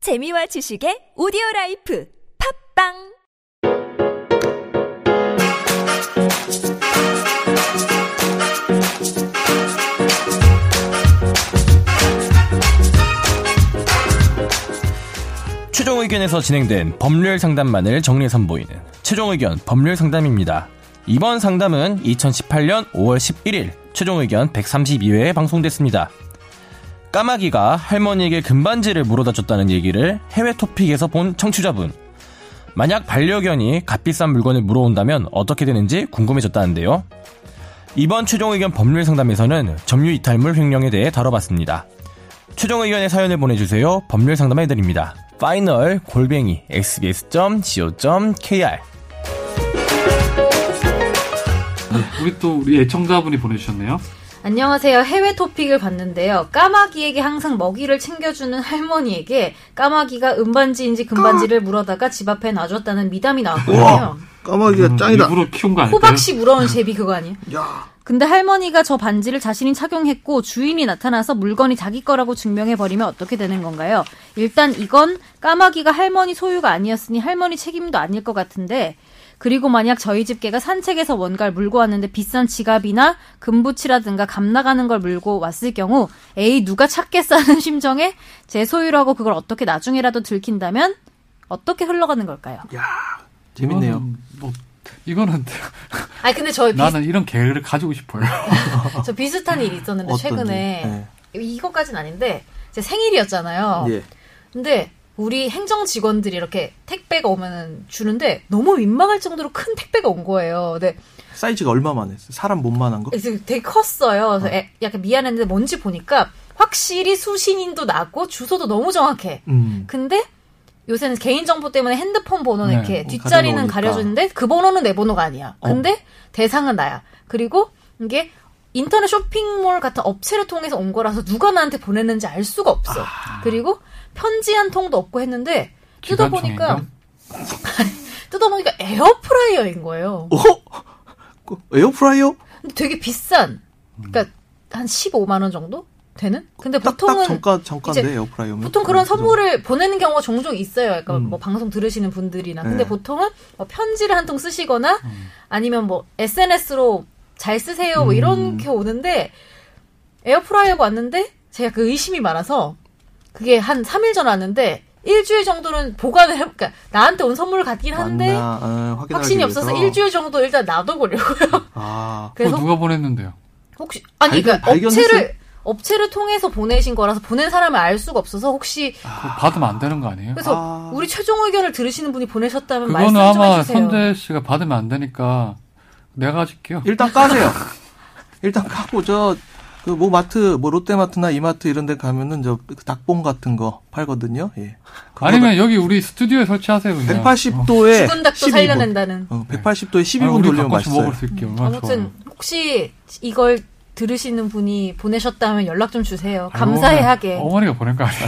재미와 지식의 오디오 라이프 팝빵 최종 의견에서 진행된 법률 상담만을 정리해 선보이는 최종 의견 법률 상담입니다. 이번 상담은 2018년 5월 11일 최종 의견 132회에 방송됐습니다. 까마귀가 할머니에게 금반지를 물어다 줬다는 얘기를 해외 토픽에서 본 청취자분. 만약 반려견이 값비싼 물건을 물어온다면 어떻게 되는지 궁금해졌다는데요. 이번 최종 의견 법률 상담에서는 점유 이탈물 횡령에 대해 다뤄봤습니다. 최종 의견의 사연을 보내주세요. 법률 상담해드립니다. 파이널 골뱅이 sbs.co.kr 우리 또 우리 애청자분이 보내주셨네요. 안녕하세요. 해외 토픽을 봤는데요. 까마귀에게 항상 먹이를 챙겨주는 할머니에게 까마귀가 은반지인지 금반지를 물어다가 집 앞에 놔줬다는 미담이 나왔거든요. 까마귀가 짱이다. 음, 일부러 키운 거 아닐까요? 호박씨 물어온 제비 그거 아니에요? 야, 근데 할머니가 저 반지를 자신이 착용했고 주인이 나타나서 물건이 자기 거라고 증명해버리면 어떻게 되는 건가요? 일단 이건 까마귀가 할머니 소유가 아니었으니 할머니 책임도 아닐 것 같은데 그리고 만약 저희 집게가 산책에서 뭔가를 물고 왔는데 비싼 지갑이나 금붙이라든가 감 나가는 걸 물고 왔을 경우 에이 누가 찾겠다는 심정에 제 소유라고 그걸 어떻게 나중에라도 들킨다면 어떻게 흘러가는 걸까요? 재밌네요. 이거는 뭐 이거는 아 근데 저 나는 이런 계획을 가지고 싶어요. 저 비슷한 일이 있었는데 어떤 네. 최근에 이거까진 아닌데 제 생일이었잖아요. 예. 근데 우리 행정 직원들이 이렇게 택배가 오면 주는데 너무 민망할 정도로 큰 택배가 온 거예요. 근데 사이즈가 얼마만 했어? 사람 몸만한 거? 그래서 되게 컸어요. 그래서 애- 약간 미안했는데 뭔지 보니까 확실히 수신인도 낮고 주소도 너무 정확해. 음. 근데 요새는 개인정보 때문에 핸드폰 네, 번호는 이렇게 뭐 뒷자리는 가려놓으니까. 어. 가려주는데 그 번호는 내 번호가 아니야. 근데 대상은 나야. 그리고 이게 인터넷 쇼핑몰 같은 업체를 통해서 온 거라서 누가 나한테 보냈는지 알 수가 없어. 아. 그리고 편지 한 통도 없고 했는데 뜯어보니까 기관총인가? 뜯어보니까 에어프라이어인 거예요. 어? 그 에어프라이어? 근데 되게 비싼. 그러니까 한 15만 원 정도 되는? 근데 딱딱 보통은 정가 정가인데 이제 에어프라이어면. 보통 그런 어, 그죠? 선물을 보내는 경우가 종종 있어요. 약간 음. 뭐 방송 들으시는 분들이나. 근데 네. 음. 보통은 뭐 편지를 한 통 쓰시거나 아니면 뭐 SNS로 잘 쓰세요 뭐 음. 이런 게 오는데 에어프라이어가 왔는데 제가 그 의심이 많아서 그게 한 3일 전 왔는데 일주일 정도는 보관을 해, 그러니까 나한테 온 선물을 같긴 한데 맞나? 아, 확인하기 확신이 없어서 위해서. 일주일 정도 일단 놔둬보려고요. 아, 그거 그래서 누가 보냈는데요? 혹시 아니 발견- 그러니까 발견했어요? 업체를 업체를 통해서 보내신 거라서 보낸 사람을 알 수가 없어서 혹시 그거 받으면 안 되는 거 아니에요? 아. 그래서 아. 우리 최종 의견을 들으시는 분이 보내셨다면 말씀 그거는 좀 아마 해주세요. 선재 씨가 받으면 안 되니까 내가 가질게요. 일단 까세요. 일단 까고 저. 그 뭐 마트 뭐 롯데마트나 이마트 이런 데 가면은 저그 닭봉 같은 거 팔거든요. 예. 그거 아니면 여기 우리 스튜디오에 설치하세요 그냥. 어. 180도에 죽은 닭도 12분. 살려낸다는. 어, 180도에 12분 아, 우리 돌리면 가끔씩 맛있어요. 먹을 수 있게 얼마나 음, 아무튼 좋아요. 혹시 이걸 들으시는 분이 보내셨다면 연락 좀 주세요. 아니, 감사해하게. 어머니- 어머니가 보낸 거 아니에요?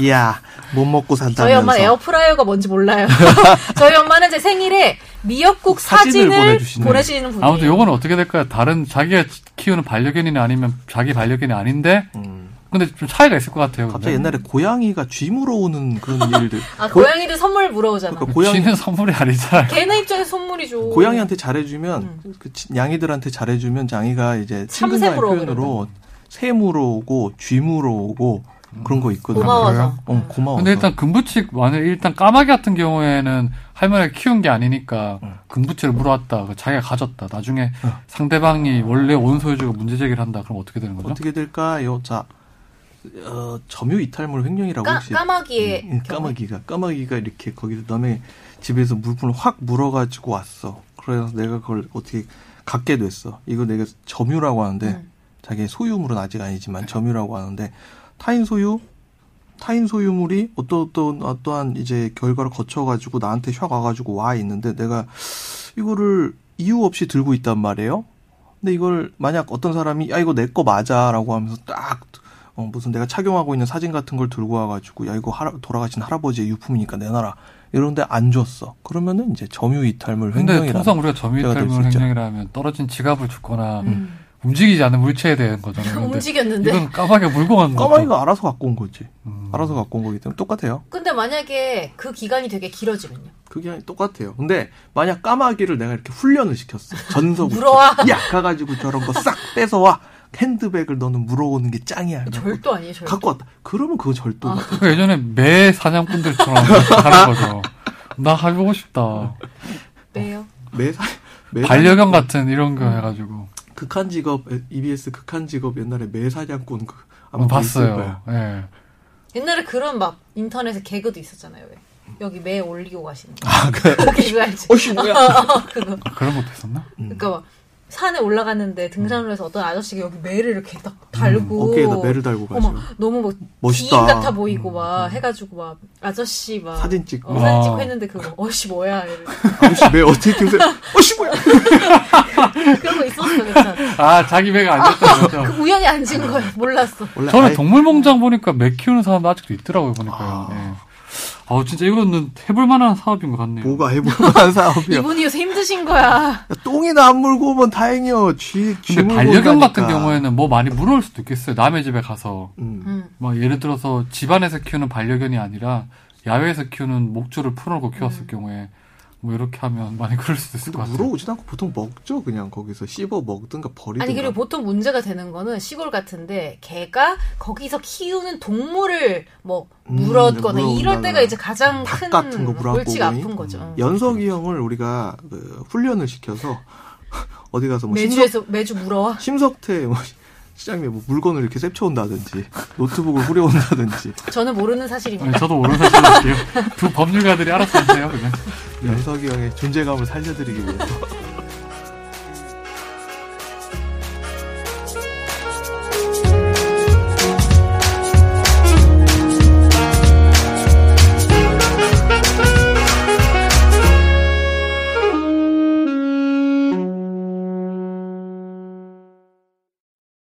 이야, 못 먹고 산다면서. 저희 엄마 에어프라이어가 뭔지 몰라요. 저희 엄마는 제 생일에 미역국 사진을 사진을 보내주시네. 보내시는 분이. 아무튼 요거는 어떻게 될까요? 다른 자기가 키우는 반려견이나 아니면 자기 반려견이 아닌데 음. 근데 좀 차이가 있을 것 같아요. 갑자기 근데. 옛날에 고양이가 쥐무러 오는 그런 일들. 아 고- 고양이들 선물 물어오잖아. 그러니까 고양이 어, 쥐는 선물이 아니잖아요. 걔네 입장에서 선물이죠. 고양이한테 잘해주면 그 치- 양이들한테 잘해주면 장이가 이제 친근한 음. 참새무로 표현으로 새무로 오고 쥐무로 오고 그런 거 있거든요. 고마워서. 어, 고마워. 음. 근데 일단 금부치 만약 일단 까마귀 같은 경우에는 할머니가 키운 게 아니니까 어. 금부치를 물어왔다. 그 자기가 가졌다. 나중에 상대방이 원래 온 소유주가 문제 제기를 한다. 그럼 어떻게 되는 거죠? 어떻게 될까요? 자, 어, 점유 이탈물 횡령이라고 까, 혹시 까마귀의 음, 경우. 까마귀가 까마귀가 이렇게 거기서 남의 집에서 물품을 확 물어가지고 왔어. 그래서 내가 그걸 어떻게 갖게 됐어. 이거 내가 점유라고 하는데 자기 소유물은 아직 아니지만 점유라고 하는데 타인 소유 타인 소유물이 어떤 어떤 어떠한 이제 결과를 거쳐가지고 나한테 샥 와가지고 와 있는데 내가 이거를 이유 없이 들고 있단 말이에요. 근데 이걸 만약 어떤 사람이 야 이거 내 거 맞아라고 하면서 딱 어, 무슨 내가 착용하고 있는 사진 같은 걸 들고 와가지고 야 이거 할아- 돌아가신 할아버지의 유품이니까 내놔라 이런데 안 줬어. 그러면은 이제 점유 이탈물 근데 횡령이라. 통상 우리가 점유이탈물 될수 있죠. 횡령이라면 떨어진 지갑을 줍거나 움직이지 않은 물체에 대한 거잖아요. 근데 음. 움직였는데. 이건 까마귀가 물고 간 거죠. 까마귀가 알아서 갖고 온 거지. 알아서 갖고 온 거기 때문에 똑같아요. 근데 만약에 그 기간이 되게 길어지면요. 그게 똑같아요. 근데 만약 까마귀를 내가 이렇게 훈련을 시켰어. 전속 물어와. 야 가가지고 저런 거 싹 뺏어와. 핸드백을 너는 물어오는 게 짱이야. 절도 아니에요, 절도. 갖고 왔다. 그러면 그거 절도. 다 그 예전에 매 사냥꾼들처럼 하는 거죠. 나 해보고 싶다. 어. 빼요. 매사 매 반려견 같은 이런 거 해가지고 극한 직업 EBS 극한 직업 옛날에 매사냥꾼 그, 아마 어, 있을 봤어요. 거야. 예. 옛날에 그런 막 인터넷에 개그도 있었잖아요. 왜? 여기 매 올리고 가시는 거. 아, 그. 거기 왜 알지? 어씨 뭐야? 음. 그거. 아, 그런 것도 있었나? 그러니까 막 산에 올라갔는데 등산을 해서 어떤 아저씨가 여기 매를 이렇게 딱 달고 음, 어깨에다 매를 달고 가죠. 어머, 너무 막 멋있다. 음, 기인 같아 보이고 막 해가지고 막 아저씨 막 사진 찍고. 어, 사진 찍고 아. 했는데 그거 어씨 뭐야 이러고. 아저씨 매 어떻게 키우세요? 어씨 뭐야? 그런 거 있었어 괜찮아 아 자기 배가 안 됐다 그죠? 그 우연히 앉은 거야 몰랐어 원래 저는 아예 동물농장 보니까 매 키우는 사람도 아직도 있더라고요 보니까요. 예. 아우 진짜 이거는 해볼 만한 사업인 것 같네요. 뭐가 해볼만한 사업이야. 이분이어서 힘드신 거야. 야, 똥이나 안 물고 오면 다행이요. 쥐, 쥐 근데 물고 반려견 온다니까. 같은 경우에는 뭐 많이 물어올 수도 있겠어요. 남의 집에 가서 음. 음. 막 예를 들어서 집안에서 키우는 반려견이 아니라 야외에서 키우는 목줄을 풀어놓고 키웠을 경우에 뭐 이렇게 하면 많이 그럴 수도 있을 것 음. 근데 같아요. 물어오지도 않고 보통 먹죠. 그냥 거기서 씹어 먹든가 버리든가. 아니 그리고 보통 문제가 되는 거는 시골 같은데 걔가 거기서 키우는 동물을 뭐 음, 물었거나 이럴 물어본다거나. 때가 이제 가장 닭 큰 같은 거 물어갖고 음, 골치가 오니? 아픈 거죠 연석이 형을 우리가 그 훈련을 시켜서 어디 가서 뭐 심석, 매주에서 매주 물어와 심석태 뭐 시장에 뭐 물건을 이렇게 셉쳐온다든지 노트북을 후려온다든지 저는 모르는 사실입니다 아니, 네, 저도 모르는 사실이에요. 두 법률가들이 알아서 하세요 그냥. 연석이 형의 존재감을 살려드리기 위해서